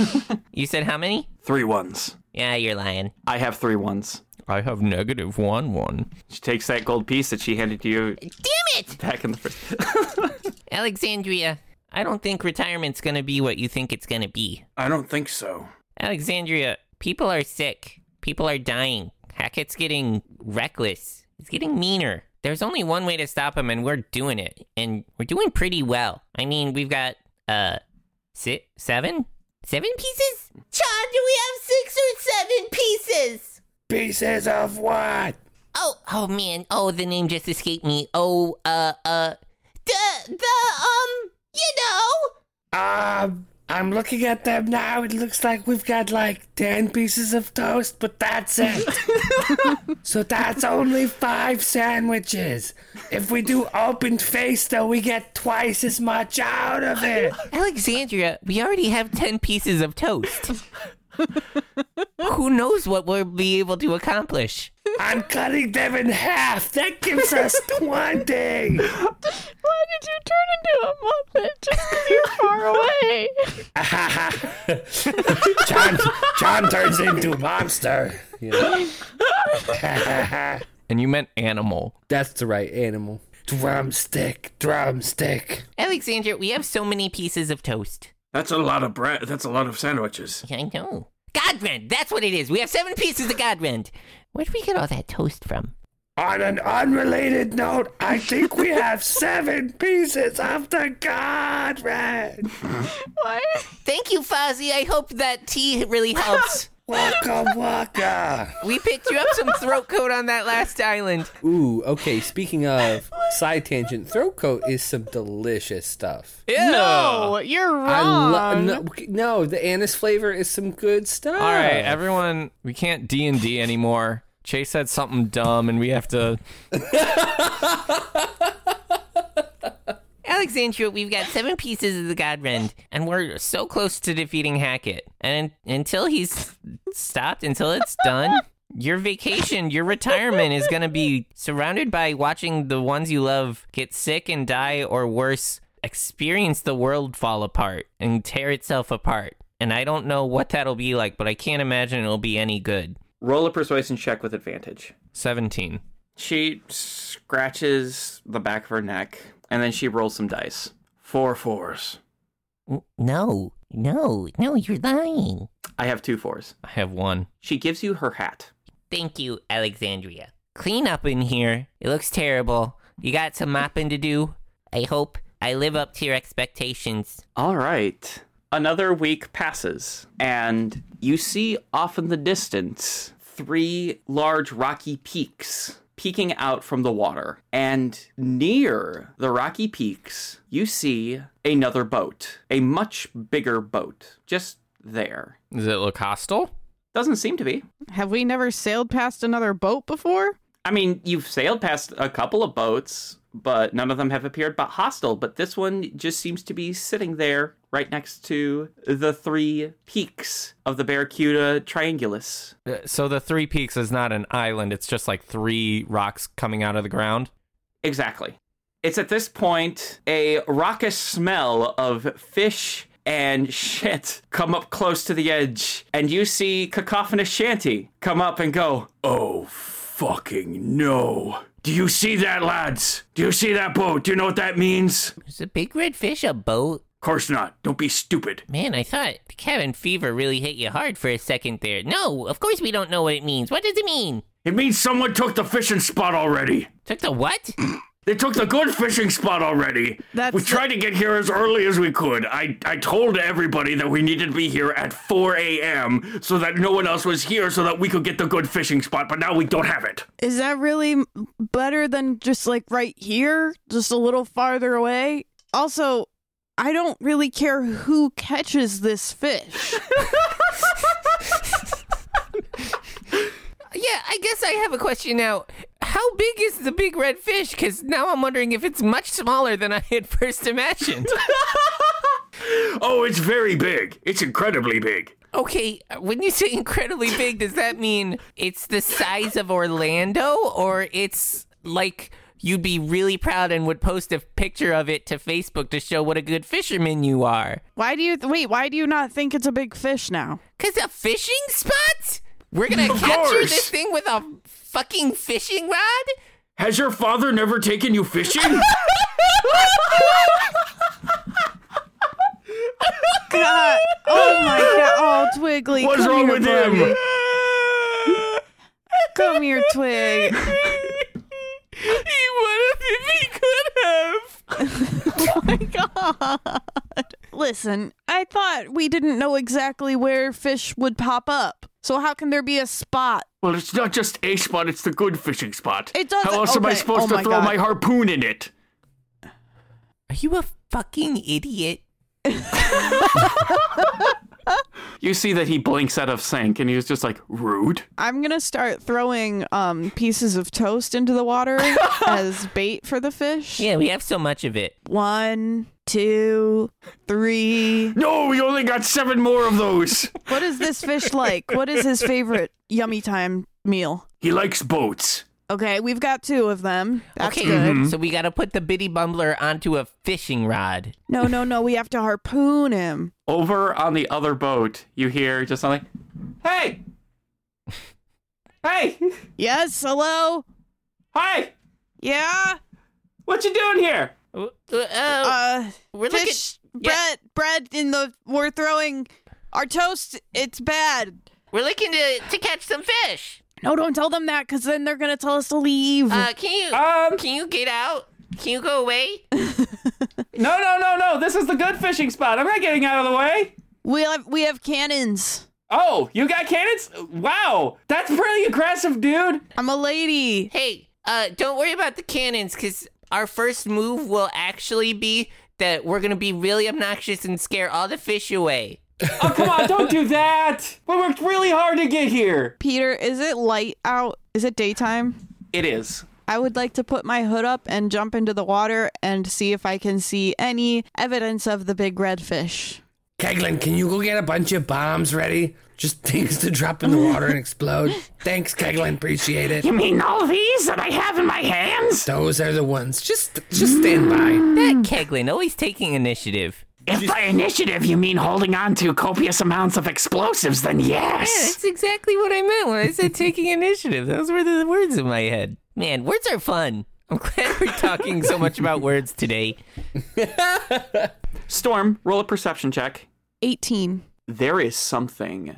S6: you said how many?
S2: Three ones.
S6: Yeah, you're lying.
S2: I have three ones.
S5: I have negative one one.
S2: She takes that gold piece that she handed you
S6: Damn it!
S2: back in the first.
S6: Alexandria, I don't think retirement's gonna be what you think it's gonna be.
S2: I don't think so.
S6: Alexandria, people are sick. People are dying. Hackett's getting reckless. He's getting meaner. There's only one way to stop him, and we're doing it. And we're doing pretty well. I mean, we've got, uh, si seven? Seven pieces? John, do we have six or seven pieces?
S1: Pieces of what?
S6: Oh, oh man. Oh, the name just escaped me. Oh, uh, uh, the, the, um, you know.
S1: Um, I'm looking at them now. It looks like we've got like 10 pieces of toast, but that's it. so that's only five sandwiches. If we do open face, though, we get twice as much out of it.
S6: Alexandria, we already have 10 pieces of toast. Who knows what we'll be able to accomplish?
S1: I'm cutting them in half. That gives us 20.
S3: Why did you turn into a Muppet just because you're far away?
S1: John, John turns into a monster.
S5: And you meant animal.
S8: That's the right animal.
S1: Drumstick, drumstick.
S6: Alexandria, we have so many pieces of toast.
S2: That's a lot of bread. That's a lot of sandwiches.
S6: Yeah, I know. Godrend, that's what it is. We have seven pieces of Godrend. Where'd we get all that toast from?
S1: On an unrelated note, I think we have seven pieces of the God Red.
S6: Thank you, Fozzie. I hope that tea really helps.
S1: Waka waka.
S6: we picked you up some throat coat on that last island.
S8: Ooh, okay. Speaking of side tangent, throat coat is some delicious stuff.
S3: No, Oh, you're
S8: I
S3: wrong.
S8: love no, no, the anise flavor is some good stuff.
S5: All right, everyone, we can't D and D anymore. Chase said something dumb, and we have to.
S6: Alexandria, we've got seven pieces of the Godrend, and we're so close to defeating Hackett. And until he's stopped, until it's done, your vacation, your retirement is going to be surrounded by watching the ones you love get sick and die, or worse, experience the world fall apart and tear itself apart. And I don't know what that'll be like, but I can't imagine it'll be any good.
S2: Roll a persuasion check with advantage.
S5: Seventeen.
S2: She scratches the back of her neck and then she rolls some dice. Four fours.
S6: N- No, No, no, you're lying.
S2: I have two fours.
S5: I have one.
S2: She gives you her hat.
S6: Thank you, Alexandria. Clean up in here. It looks terrible. You got some mopping to do. I hope I live up to your expectations.
S2: All right. Another week passes, and you see off in the distance three large rocky peaks peeking out from the water. And near the rocky peaks, you see another boat, a much bigger boat, just there.
S5: Does it look hostile?
S2: Doesn't seem to be.
S3: Have we never sailed past another boat before?
S2: I mean, you've sailed past a couple of boats, but none of them have appeared but hostile. But this one just seems to be sitting there right next to the three peaks of the Barracuda Triangulus.
S5: Uh, So the Three Peaks is not an island. It's just like three rocks coming out of the ground.
S2: Exactly. It's at this point a raucous smell of fish and shit come up close to the edge, and you see Cacophonous Shanty come up and go, Oh, fucking no. Do you see that, lads? Do you see that boat? Do you know what that means?
S6: Is a big red fish a boat?
S2: course not. Don't be stupid.
S6: Man, I thought the cabin fever really hit you hard for a second there. No, of course we don't know what it means. What does it mean?
S2: It means someone took the fishing spot already.
S6: Took the what?
S2: They took the good fishing spot already.
S3: That's
S2: we
S3: the-
S2: tried to get here as early as we could. I, I told everybody that we needed to be here at 4 a.m. so that no one else was here so that we could get the good fishing spot, but now we don't have it.
S3: Is that really m- better than just like right here, just a little farther away? Also, I don't really care who catches this fish.
S6: Yeah, I guess I have a question now. How big is the big red fish? Because now I'm wondering if it's much smaller than I had first imagined.
S2: Oh, it's very big. It's incredibly big.
S6: okay, when you say incredibly big, does that mean it's the size of Orlando or it's like you'd be really proud and would post a picture of it to Facebook to show what a good fisherman you are?
S3: why do you th- wait? Why do you not think it's a big fish now?
S6: Because a fishing spot? We're going to
S2: Of
S6: capture
S2: course.
S6: this thing with a fucking fishing rod?
S2: Has your father never taken you fishing?
S3: God! Oh my God! Oh, Twiggly,
S2: What's
S3: come
S2: wrong
S3: here,
S2: with
S3: buddy.
S2: him?
S3: Come here, Twig.
S6: he would have if he could have.
S3: God. Listen, I thought we didn't know exactly where fish would pop up. So how can there be a spot?
S2: Well, it's not just a spot, it's the good fishing spot.
S3: It doesn't-
S2: How else am I
S3: okay.
S2: supposed
S3: Oh
S2: to
S3: my
S2: throw
S3: God.
S2: my harpoon in it?
S6: Are you a fucking idiot?
S2: You see that he blinks out of sync and he was just like, rude.
S3: I'm gonna start throwing um pieces of toast into the water as bait for the fish.
S6: Yeah, we have so much of it.
S3: One, two, three.
S2: No, we only got seven more of those.
S3: What is this fish like? What is his favorite yummy time meal?
S2: he likes boats.
S3: Okay, we've got two of them. That's
S6: okay,
S3: good.
S2: Mm-hmm.
S6: so we gotta put the bitty bumbler onto a fishing rod.
S3: No, no, no. We have to harpoon him.
S2: Over on the other boat, you hear just something. Hey! hey!
S3: Yes. Hello.
S2: Hi!
S3: Yeah.
S2: What you doing here?
S6: Uh,
S3: Uh.
S6: we're
S3: fish
S6: yeah.
S3: bread bread in the we're throwing our toast it's bad
S6: looking, we're looking to, to catch some fish.
S3: no don't tell them that because then they're gonna tell us to leave
S6: Uh, can you
S4: Um,
S6: can you get out? Can you go away?
S4: no, no, no, no. This is the good fishing spot. I'm not getting out of the way.
S3: we have we have cannons
S4: Oh, you got cannons? Wow, that's pretty aggressive, dude.
S3: i'm a lady
S6: Hey, uh, don't worry about the cannons, cause our first move will actually be that we're gonna be really obnoxious and scare all the fish away.
S4: Oh, come on, don't do that. We worked really hard to get here.
S3: peter is it light out is it daytime
S2: It is.
S3: I would like to put my hood up and jump into the water and see if I can see any evidence of the big red fish.
S8: Keglin, can you go get a bunch of bombs ready? Just things to drop in the water and explode. Thanks, Keglin. Appreciate it.
S7: You mean all these that I have in my hands?
S8: Those are the ones. Just, just stand by.
S6: That Keglin always taking initiative.
S7: If by initiative you mean holding on to copious amounts of explosives, then
S6: Yeah,
S7: yes.
S6: that's exactly what I meant when I said taking initiative. Those were the words in my head. Man, words are fun. I'm glad we're talking so much about words today.
S2: Storm, roll a perception check.
S3: 18.
S2: There is something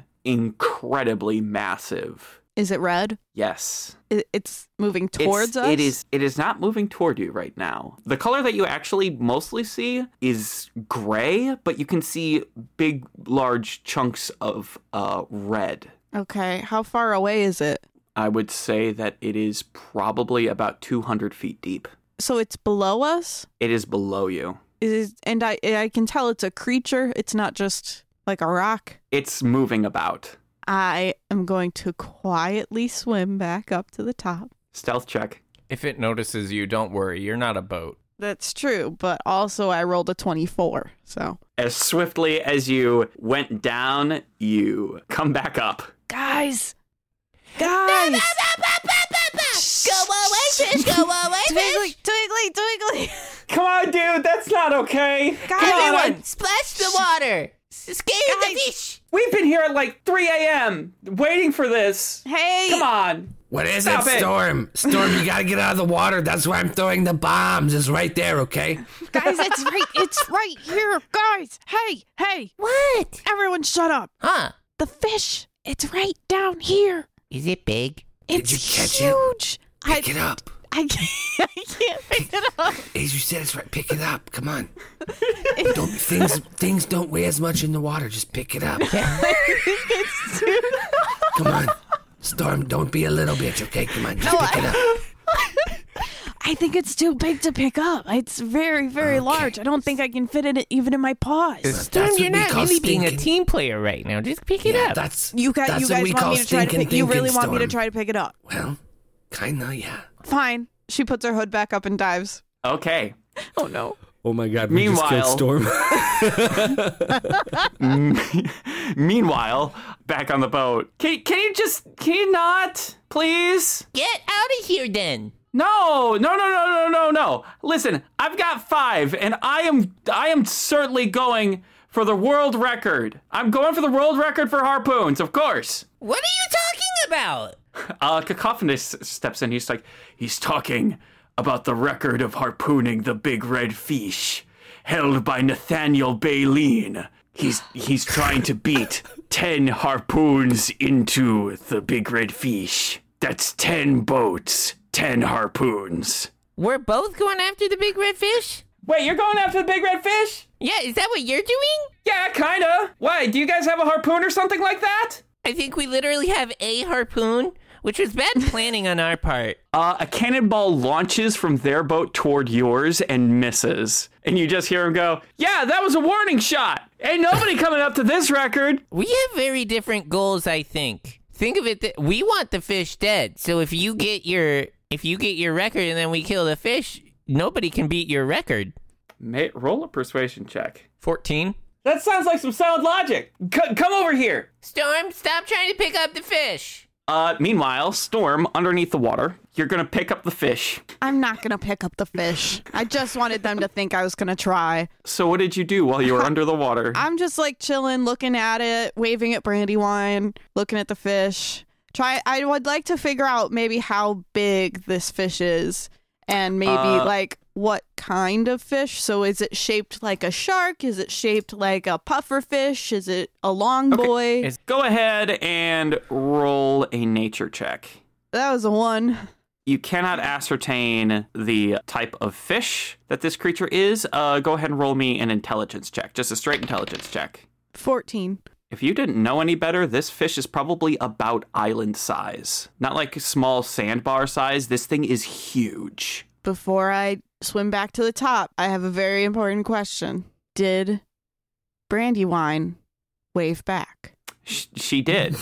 S2: incredibly massive.
S3: Is it red?
S2: Yes.
S3: I- It's moving
S2: It's-
S3: towards us?
S2: It is it is not moving toward you right now. The color that you actually mostly see is gray, but you can see big large chunks of uh red.
S3: Okay. How far away is it?
S2: I would say that it is probably about 200 feet deep.
S3: So it's below us?
S2: It is below you.
S3: Is and I I can tell it's a creature. It's not just like a rock.
S2: It's moving about.
S3: I am going to quietly swim back up to the top.
S2: Stealth check.
S5: If it notices you, don't worry. You're not a boat.
S3: That's true, but also I rolled a 24. So,
S2: As swiftly as you went down, you come back up.
S3: guys, guys,
S6: Go away, fish. Go away,
S3: twiggly,
S6: fish.
S3: twiggly, twiggly.
S4: Come on, dude. That's not okay.
S6: Everyone, splash the water. S- Scare the fish.
S2: We've been here at like 3 a.m. waiting for this.
S3: Hey,
S2: on.
S8: What is
S2: Stop
S8: it,
S2: it.
S8: Storm? Storm, you gotta get out of the water. That's why I'm throwing the bombs. It's right there, okay?
S3: guys, it's right, it's right here, guys. Hey, hey,
S6: What?
S3: everyone, shut up.
S6: Huh?
S3: The fish, it's right down here.
S6: Is it big?
S3: It's
S8: you catch it?
S3: huge.
S8: Pick
S3: I,
S8: it up.
S3: I can't, I can't pick it up.
S8: As you said, it's right. Pick it up. Come on. Don't things things don't weigh as much in the water. Just pick it up.
S3: It's too.
S8: Come on, Storm. Don't be a little bitch, okay? Come on, just pick it up.
S3: I think it's too big to pick up. It's very, very large. I don't think I can fit it even in my paws.
S8: That's
S6: Storm, you're
S8: what we
S6: not
S8: call
S6: really being a
S8: stinking.
S6: team player right now. Just pick it
S8: Yeah,
S6: up.
S8: that's
S3: you guys,
S8: That's
S3: you
S8: what
S3: guys
S8: we
S3: want
S8: call
S3: me to try to
S8: stinking
S3: pick. You really
S8: thinking,
S3: want me to
S8: Storm.
S3: try to pick it up?
S8: Well, kinda, yeah.
S3: Fine. She puts her hood back up and dives.
S2: Okay.
S3: Oh no!
S8: Oh my God!
S2: we just killed Meanwhile-
S8: Storm.
S2: Meanwhile, back on the boat. Can, can you just can you not, please?
S6: Get out of here, then.
S2: No, no, no, no, no, no, no. Listen, I've got five, and I am I am certainly going for the world record. I'm going for the world record for harpoons, of course.
S6: What are you talking about?
S2: Uh, Cacophonous steps in. He's like, he's talking about the record of harpooning the big red fish held by Nathaniel Baleen. He's he's trying to beat ten harpoons into the big red fish. That's ten boats, ten harpoons.
S6: We're both going after the big red fish?
S4: Wait, you're going after the big red fish?
S6: Yeah, is that what you're doing?
S4: Yeah, kinda. Why? Do you guys have a harpoon or something like that?
S6: I think we literally have a harpoon, which was bad planning on our part.
S2: Uh, a cannonball launches from their boat toward yours and misses, and you just hear him go, "Yeah, that was a warning shot. Ain't nobody coming up to this record."
S6: We have very different goals, I think. Think of it that we want the fish dead. So if you get your if you get your record and then we kill the fish, nobody can beat your record.
S2: May, roll a persuasion check.
S6: 14.
S4: That sounds like some sound logic. C- come over here.
S6: Storm, stop trying to pick up the fish.
S2: Uh, meanwhile, Storm, underneath the water, you're gonna pick up the fish.
S3: I'm not gonna pick up the fish. I just wanted them to think I was gonna try.
S2: So, what did you do while you were under the water?
S3: I'm just like chilling, looking at it, waving at Brandywine, looking at the fish. Try. I would like to figure out maybe how big this fish is, and maybe
S2: Uh,
S3: like what kind of fish. So, is it shaped like a shark? Is it shaped like a puffer fish? Is it a long boy?
S2: Go ahead and roll a nature check.
S3: that was a one.
S2: You cannot ascertain the type of fish that this creature is. Uh, go ahead and roll me an intelligence check, just a straight intelligence check.
S3: 14.
S2: If you didn't know any better, this fish is probably about island size. Not like small sandbar size. This thing is huge.
S3: Before I swim back to the top, I have a very important question. Did Brandywine wave back?
S2: Sh- She did.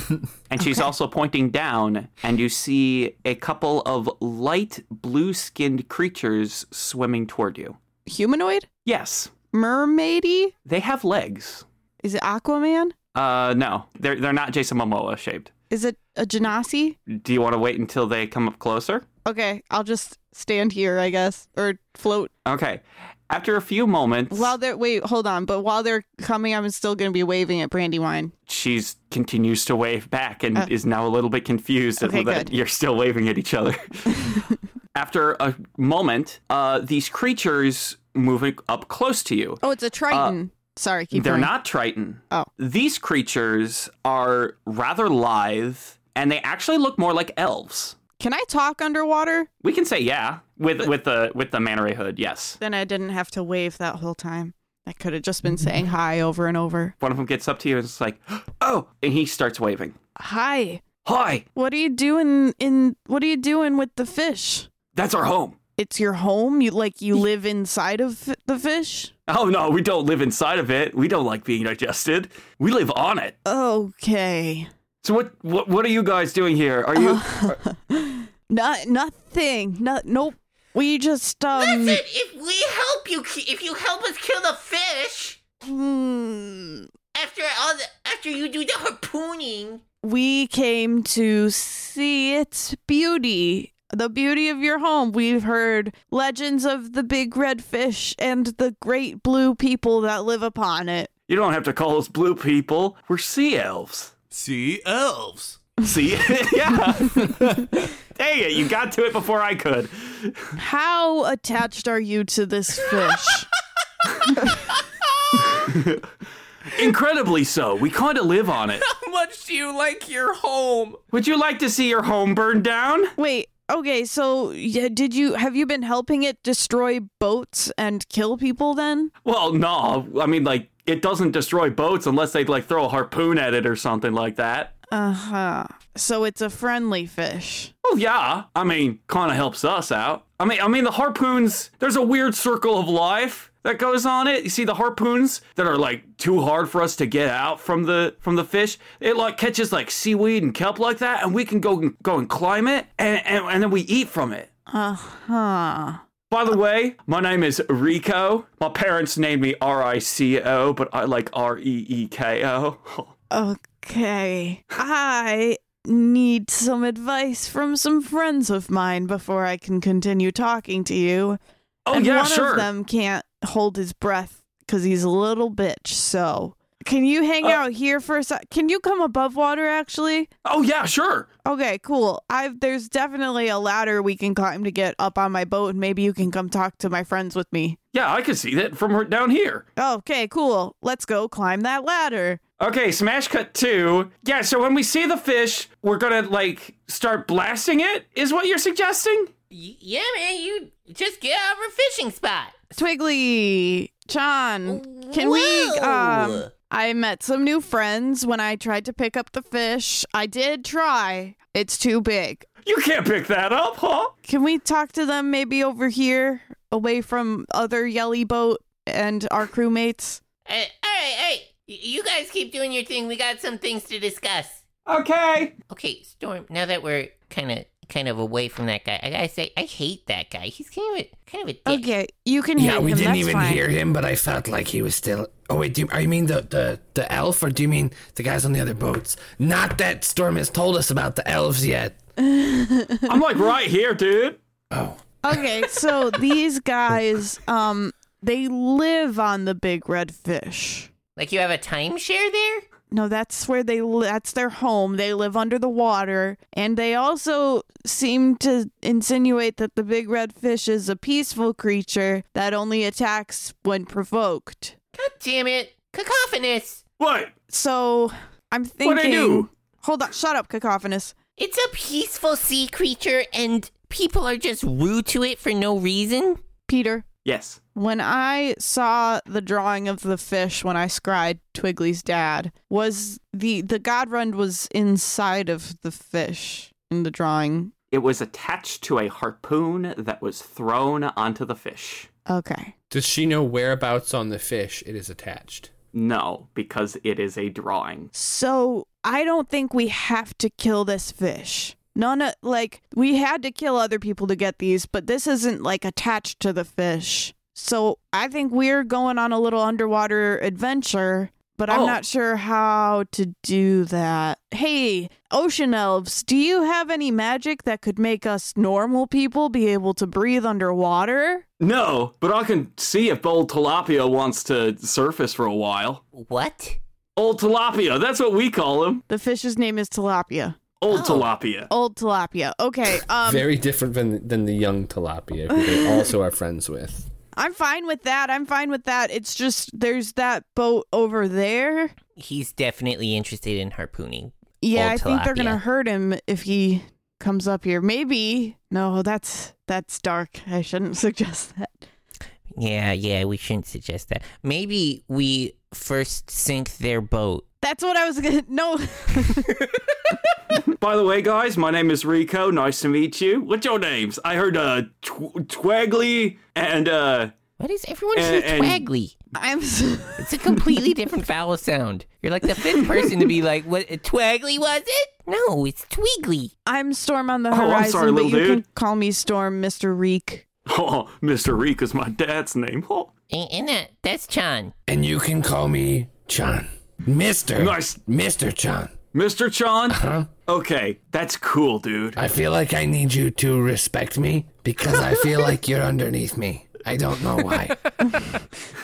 S2: And she's also pointing down, and you see a couple of light blue skinned creatures swimming toward you.
S3: Humanoid?
S2: Yes,
S3: Mermaidy?
S2: they have legs.
S3: Is it Aquaman?
S2: Uh, no, they're, they're not Jason Momoa shaped.
S3: Is it a Genasi?
S2: Do you want to wait until they come up closer?
S3: Okay, I'll just stand here, I guess, or float.
S2: Okay. After a few moments,
S3: While they're wait, hold on. But while they're coming, I'm still gonna be waving at Brandywine.
S2: she's continues to wave back and
S3: Uh.
S2: is now a little bit confused
S3: Okay,
S2: that
S3: good.
S2: you're still waving at each other. After a moment, uh, these creatures moving up close to you.
S3: Oh, it's a Triton. Sorry, keep
S2: Uh, They're
S3: going.
S2: not Triton.
S3: Oh.
S2: These creatures are rather lithe and they actually look more like elves.
S3: Can I talk underwater?
S2: We can say yeah with with the with the manta ray hood. Yes.
S3: Then I didn't have to wave that whole time. I could have just been saying hi over and over.
S2: One of them gets up to you and it's like, "Oh," and he starts waving.
S3: Hi.
S2: "Hi,
S3: What are you doing in what are you doing with the fish?
S2: that's our home."
S3: It's your home? You like you live inside of the fish?
S2: "Oh no, we don't live inside of it. We don't like being digested. We live on it."
S3: Okay.
S2: So what what what are you guys doing here? Are you
S5: Uh-huh.
S3: Not nothing. No nope. We just um
S9: Listen, if we help you, ki- if you help us kill the fish
S3: hmm,
S9: after all the, after you do the harpooning,
S3: we came to see its beauty. The beauty of your home. We've heard legends of the big red fish and the great blue people that live upon it.
S2: you don't have to call us blue people. We're sea elves.
S10: See elves.
S2: See? yeah. Dang it, you got to it before I could.
S3: How attached are you to this fish?
S2: Incredibly so. We kind of live on it.
S5: How much do you like your home?
S2: Would you like to see your home burned down?
S3: Wait, okay, so yeah, did you have you been helping it destroy boats and kill people then?
S2: Well, no. I mean, like, it doesn't destroy boats unless they, like, throw a harpoon at it or something like that.
S3: Uh-huh. So it's a friendly fish.
S2: Well, Oh, yeah. I mean, kind of helps us out. I mean, I mean, the harpoons, there's a weird circle of life that goes on it. You see the harpoons that are like too hard for us to get out from the from the fish. It like catches like seaweed and kelp like that and we can go and go and climb it and and, and then we eat from it.
S3: Uh-huh.
S2: By the way, my name is Rico. My parents named me R I C O, but I like R E E K O.
S3: Okay. I need some advice from some friends of mine before I can continue talking to you.
S2: Oh
S3: and
S2: yeah,
S3: one
S2: sure.
S3: of them can't hold his breath because he's a little bitch. So, can you hang
S2: Uh.
S3: out here for a sec? Can you come above water? Actually,
S2: Oh yeah, sure.
S3: okay, cool. I've there's definitely a ladder we can climb to get up on my boat, and maybe you can come talk to my friends with me.
S2: Yeah, I can see that from down here.
S3: Okay, cool. Let's go climb that ladder.
S2: Okay, smash cut two. Yeah, so when we see the fish, we're gonna like start blasting it, is what you're suggesting?
S9: y- yeah, man, you just get out of our fishing spot.
S3: Twiggly, John, can we? Um,
S9: Whoa.
S3: I met some new friends when I tried to pick up the fish. I did try. It's too big.
S2: You can't pick that up, huh?
S3: Can we talk to them maybe over here, away from other Yelly Boat and our crewmates?
S9: Uh, all right, all right. Y- you guys keep doing your thing. We got some things to discuss.
S2: Okay.
S9: Okay, Storm. Now that we're kind of kind of away from that guy, I gotta say I hate that guy. He's kind of a, kind of a dick.
S3: Okay, you can
S11: Yeah,
S3: hit
S11: we
S3: him.
S11: didn't
S3: That's
S11: even
S3: fine.
S11: hear him, but I felt like he was still. Oh wait, do you, I mean the, the the elf, or do you mean the guys on the other boats? Not that Storm has told us about the elves yet.
S2: I'm like right here, dude.
S8: Oh.
S3: Okay, so these guys, um, they live on the big red fish.
S9: Like you have a timeshare there.
S3: No, that's where they. Li- that's their home. They live under the water, and they also seem to insinuate that the big red fish is a peaceful creature that only attacks when provoked.
S9: God damn it, cacophonous.
S2: What?
S3: So I'm thinking.
S2: What'd I do?
S3: Hold on. Shut up, cacophonous.
S9: It's a peaceful sea creature, and people are just rude to it for no reason.
S3: Peter,
S2: Yes.
S3: when I saw the drawing of the fish when I scried Twiggly's dad, was the the godrund was inside of the fish in the drawing.
S2: It was attached to a harpoon that was thrown onto the fish.
S3: Okay.
S8: Does she know whereabouts on the fish it is attached?
S2: No, because it is a drawing.
S3: So I don't think we have to kill this fish. None of like we had to kill other people to get these, but this isn't like attached to the fish. So I think we're going on a little underwater adventure, but I'm
S2: Oh.
S3: not sure how to do that. Hey, ocean elves, do you have any magic that could make us normal people be able to breathe underwater?
S2: No, but I can see if old tilapia wants to surface for a while.
S9: What?
S2: Old tilapia, that's what we call him.
S3: The fish's name is tilapia.
S2: Old tilapia.
S3: Old tilapia. Okay. Um
S8: Very different than than the young tilapia, who they also are friends with.
S3: I'm fine with that. I'm fine with that. It's just there's that boat over there.
S6: He's definitely interested in harpooning.
S3: Yeah,
S6: old
S3: I think they're
S6: tilapia.
S3: gonna hurt him if he comes up here. Maybe. No, that's that's dark. I shouldn't suggest that.
S6: Yeah, yeah, we shouldn't suggest that. Maybe we first sink their boat.
S3: That's what I was gonna. No,
S2: By the way, guys, my name is Rico. Nice to meet you. What's your names? I heard uh, tw- Twaggly and uh.
S6: What is everyone
S2: and-
S6: say
S2: and-
S6: twaggly?
S3: I'm.
S6: It's a completely different vowel sound. You're like the fifth person to be like, what, twaggly was it? No, it's twiggly.
S3: I'm Storm on the
S2: Oh, I'm
S3: horizon,
S2: sorry,
S3: but
S2: little
S3: you can
S2: dude.
S3: call me Storm, Mister Reek.
S2: Oh, Mr. Reek is my dad's name. Oh,
S6: And, and that, that's Chan.
S4: And you can call me Chan. Mr.
S2: Nice.
S4: Mr. Chan.
S2: Mr. Chon?
S5: Uh-huh.
S4: Huh?
S2: Okay, that's cool, dude.
S4: I feel like I need you to respect me because I feel like you're underneath me. I don't know why.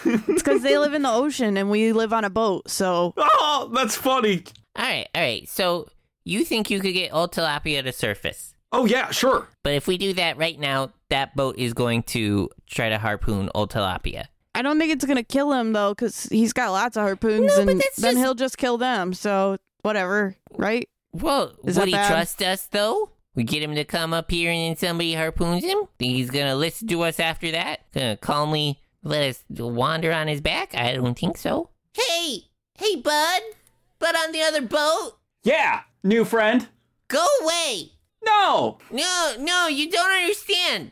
S3: It's because they live in the ocean and we live on a boat. So
S2: Oh, that's funny.
S6: All right, all right. So you think you could get old tilapia to surface.
S2: Oh, yeah, sure.
S6: But if we do that right now, that boat is going to try to harpoon old tilapia.
S3: I don't think it's gonna kill him though, because he's got lots of harpoons,
S6: No, but
S3: and then
S6: that's just-
S3: he'll just kill them. So whatever, right?
S6: Well,
S3: Is
S6: would
S3: that
S6: he
S3: bad?
S6: trust us though? We get him to come up here and then somebody harpoons him? Think he's gonna listen to us after that? Gonna calmly let us wander on his back? I don't think so. Hey! Hey, bud! Bud on the other boat!
S2: Yeah, new friend.
S6: Go away!
S2: No!
S6: No, no, you don't understand!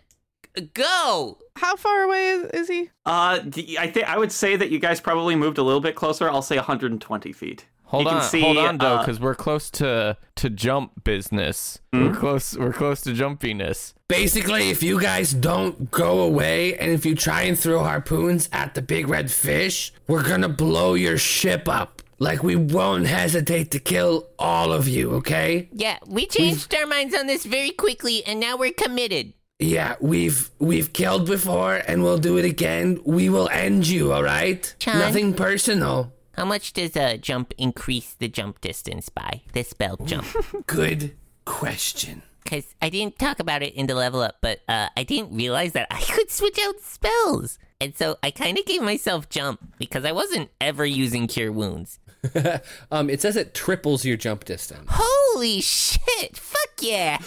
S6: G- Go!
S3: How far away is, is he?
S2: Uh, d- I think I would say that you guys probably moved a little bit closer. I'll say 120 feet.
S5: Hold
S2: you
S5: on,
S2: can see,
S5: hold on, though,
S2: uh,
S5: because we're close to to jump business.
S2: Hmm?
S5: We're close. We're close to jumpiness.
S4: Basically, if you guys don't go away and if you try and throw harpoons at the big red fish, we're gonna blow your ship up. Like, we won't hesitate to kill all of you, okay?
S6: Yeah, we changed our minds on this very quickly and now we're committed.
S4: Yeah, we've we've killed before and we'll do it again. We will end you, all right?
S6: Chan.
S4: Nothing personal.
S6: How much does a jump increase the jump distance by? The spell jump.
S4: Good question.
S6: because I didn't talk about it in the level up, but uh, I didn't realize that I could switch out spells. And so I kind of gave myself jump because I wasn't ever using cure wounds.
S12: Um, it says it triples your jump distance.
S6: Holy shit! Fuck yeah!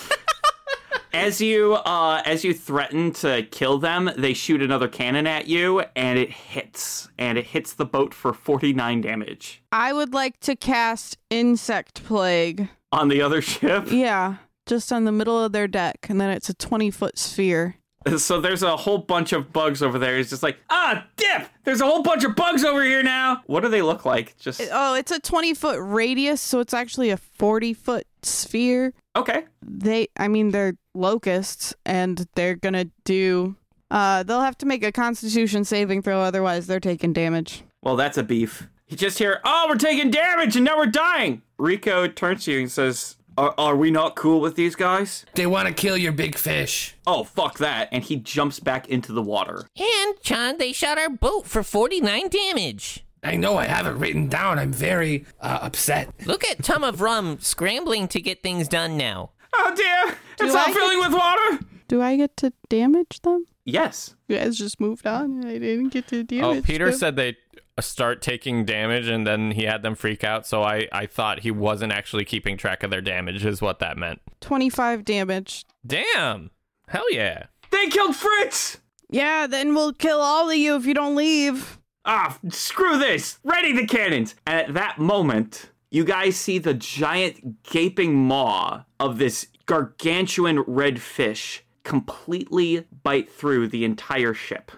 S2: As you uh, as you threaten to kill them, they shoot another cannon at you, and it hits, and it hits the boat for 49 damage
S3: I would like to cast insect plague.
S2: on the other ship.
S3: Yeah, just on the middle of their deck, and then it's a twenty foot sphere.
S2: So there's a whole bunch of bugs over there. It's just like ah, dip. There's a whole bunch of bugs over here now. What do they look like? Just
S3: Oh, it's a twenty foot radius, so it's actually a forty foot sphere.
S2: okay.
S3: they i mean they're locusts and they're gonna do uh they'll have to make a constitution saving throw otherwise they're taking damage
S2: Well, that's a beef. You just hear, oh, we're taking damage and now we're dying. Rico turns to you and says, are, are we not cool with these guys?
S4: They want to kill your big fish.
S2: Oh, fuck that. And he jumps back into the water.
S6: and Chan, they shot our boat for 49 damage.
S4: I know I have it written down. I'm very uh, upset.
S6: Look at Tom of Rum scrambling to get things done now.
S2: Oh, dear. it's
S3: I
S2: all
S3: get-
S2: filling with water.
S3: do i get to damage them
S2: Yes.
S3: you guys just moved on i didn't get to damage
S5: Oh, Peter
S3: them.
S5: said they uh, start taking damage, and then he had them freak out. So I I thought he wasn't actually keeping track of their damage, is what that meant.
S3: 25 damage
S5: Damn! Hell yeah!
S2: They killed Fritz.
S3: yeah then we'll kill all of you if you don't leave
S2: Ah, screw this. Ready the cannons. And at that moment, you guys see the giant gaping maw of this gargantuan red fish completely bite through the entire ship.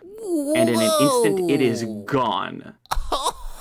S2: And in an instant, it is gone.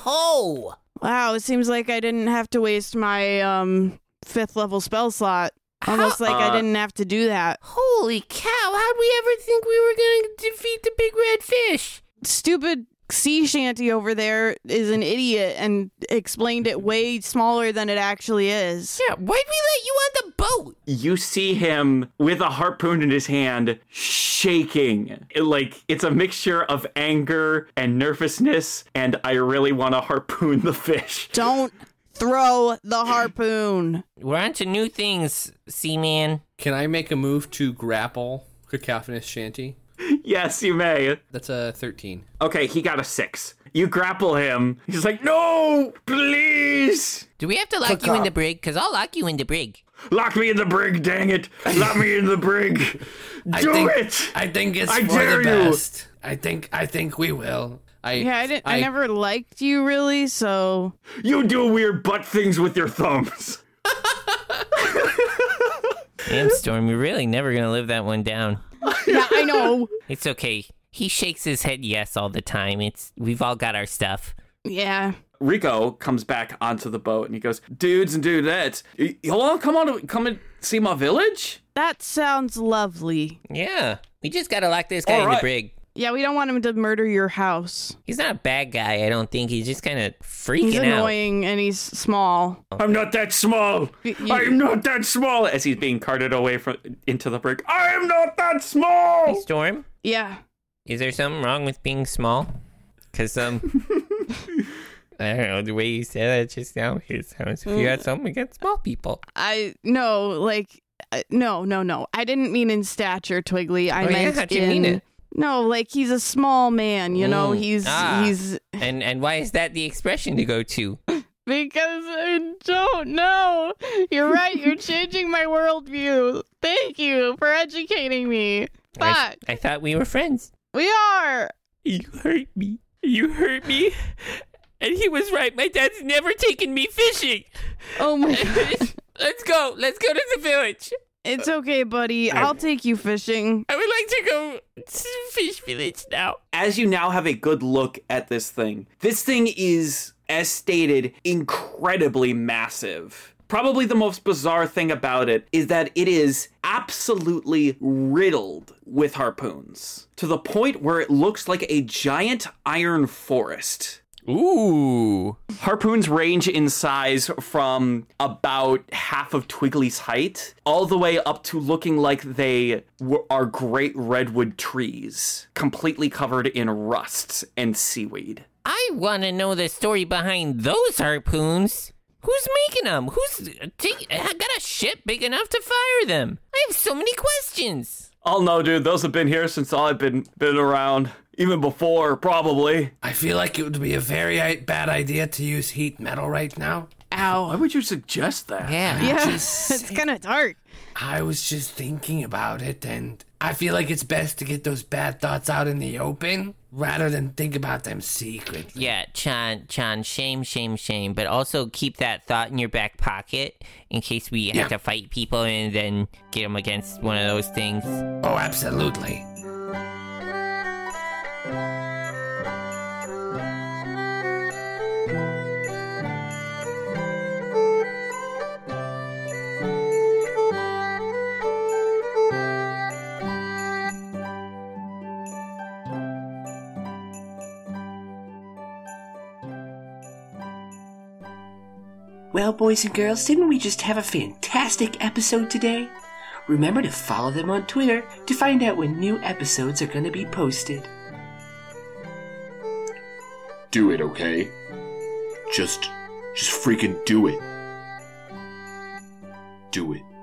S6: Oh!
S3: wow it seems like i didn't have to waste my um fifth level spell slot almost like i
S2: Uh,
S3: didn't have to do that
S6: Holy cow, how'd we ever think we were gonna defeat the big red fish?
S3: stupid sea shanty over there is an idiot and explained it way smaller than it actually is.
S6: Yeah, why'd we let you on the boat?
S2: you see him with a harpoon in his hand shaking It- like it's a mixture of anger and nervousness and i really want to harpoon the fish
S3: Don't throw the harpoon.
S6: We're onto new things, Seaman.
S12: Can I make a move to grapple Cacophonous Shanty?
S2: yes, you may.
S13: That's a 13.
S2: Okay, he got a six. You grapple him. He's like, no, please.
S6: Do we have to lock you in the brig? Because I'll lock you in the brig.
S2: Lock me in the brig, dang it. Lock me in the brig. Do
S4: I think,
S2: it.
S4: I think it's
S2: I
S4: for
S2: dare
S4: the
S2: you.
S4: best. I think I think we will. I
S3: Yeah, I, didn't, I never liked you really, so
S2: You do weird butt things with your thumbs.
S6: Damn, Storm, you're really never going to live that one down.
S3: yeah, I know.
S6: It's okay. He shakes his head yes all the time. It's we've all got our stuff.
S3: Yeah,
S2: Rico comes back onto the boat and he goes, dudes and dudettes, y- y'all wanna come on, come and see my village?
S3: that sounds lovely.
S6: Yeah. We just gotta lock this guy in the
S2: Alright.
S6: brig.
S3: Yeah, we don't want him to murder your house.
S6: He's not a bad guy, I don't think. He's just kinda freaking
S3: He's
S6: out.
S3: annoying and he's small.
S2: I'm not that small.
S3: Y- you-
S2: I'm not that small. As he's being carted away from into the brig, I am not that small.
S6: Storm,
S3: Yeah.
S6: is there something wrong with being small? Cause um I don't know, the way you said that just now it sounds if you got something against small people.
S3: I no, like uh, no, no, no. I didn't mean in stature, Twiggly. I
S6: Oh, yeah?
S3: meant
S6: How'd you
S3: in
S6: mean it?
S3: No, like he's a small man, you know.
S6: Mm,
S3: He's
S6: ah.
S3: he's
S6: And and why is that the expression to go to?
S3: because I don't know. You're right. You're changing my worldview. Thank you for educating me.
S6: I,
S3: Fuck,
S6: I thought we were friends.
S3: we are.
S6: You hurt me. You hurt me. And he was right. My dad's never taken me fishing.
S3: Oh my god.
S6: Let's go. Let's go to the village. Uh,
S3: It's okay, buddy. I'll take you fishing.
S6: I would like to go to Fish Village now.
S2: As you now have a good look at this thing, this thing is, as stated, incredibly massive. Probably the most bizarre thing about it is that it is absolutely riddled with harpoons to the point where it looks like a giant iron forest.
S6: Ooh.
S2: Harpoons range in size from about half of Twiggly's height all the way up to looking like they w- are great redwood trees, completely covered in rust and seaweed.
S6: I want to know the story behind those harpoons. Who's making them? Who's take, I got a ship big enough to fire them? I have so many questions.
S2: Oh no, dude, those have been here since I've been been around, even before probably.
S4: I feel like it would be a very i- bad idea to use heat metal right now.
S2: Why
S3: Ow.
S2: would you suggest that?
S6: Yeah.
S3: Yeah,
S4: just
S3: it's kind of dark.
S4: I was just thinking about it, and I feel like it's best to get those bad thoughts out in the open rather than think about them secretly.
S6: Yeah, Chan, Chan, shame, shame, shame. But also keep that thought in your back pocket in case we have to fight people and then get them against one of those things.
S4: Oh, absolutely.
S14: Well, boys and girls, didn't we just have a fantastic episode today? Remember to follow them on Twitter to find out when new episodes are going to be posted.
S15: Do it, okay? Just, just freaking do it. Do it.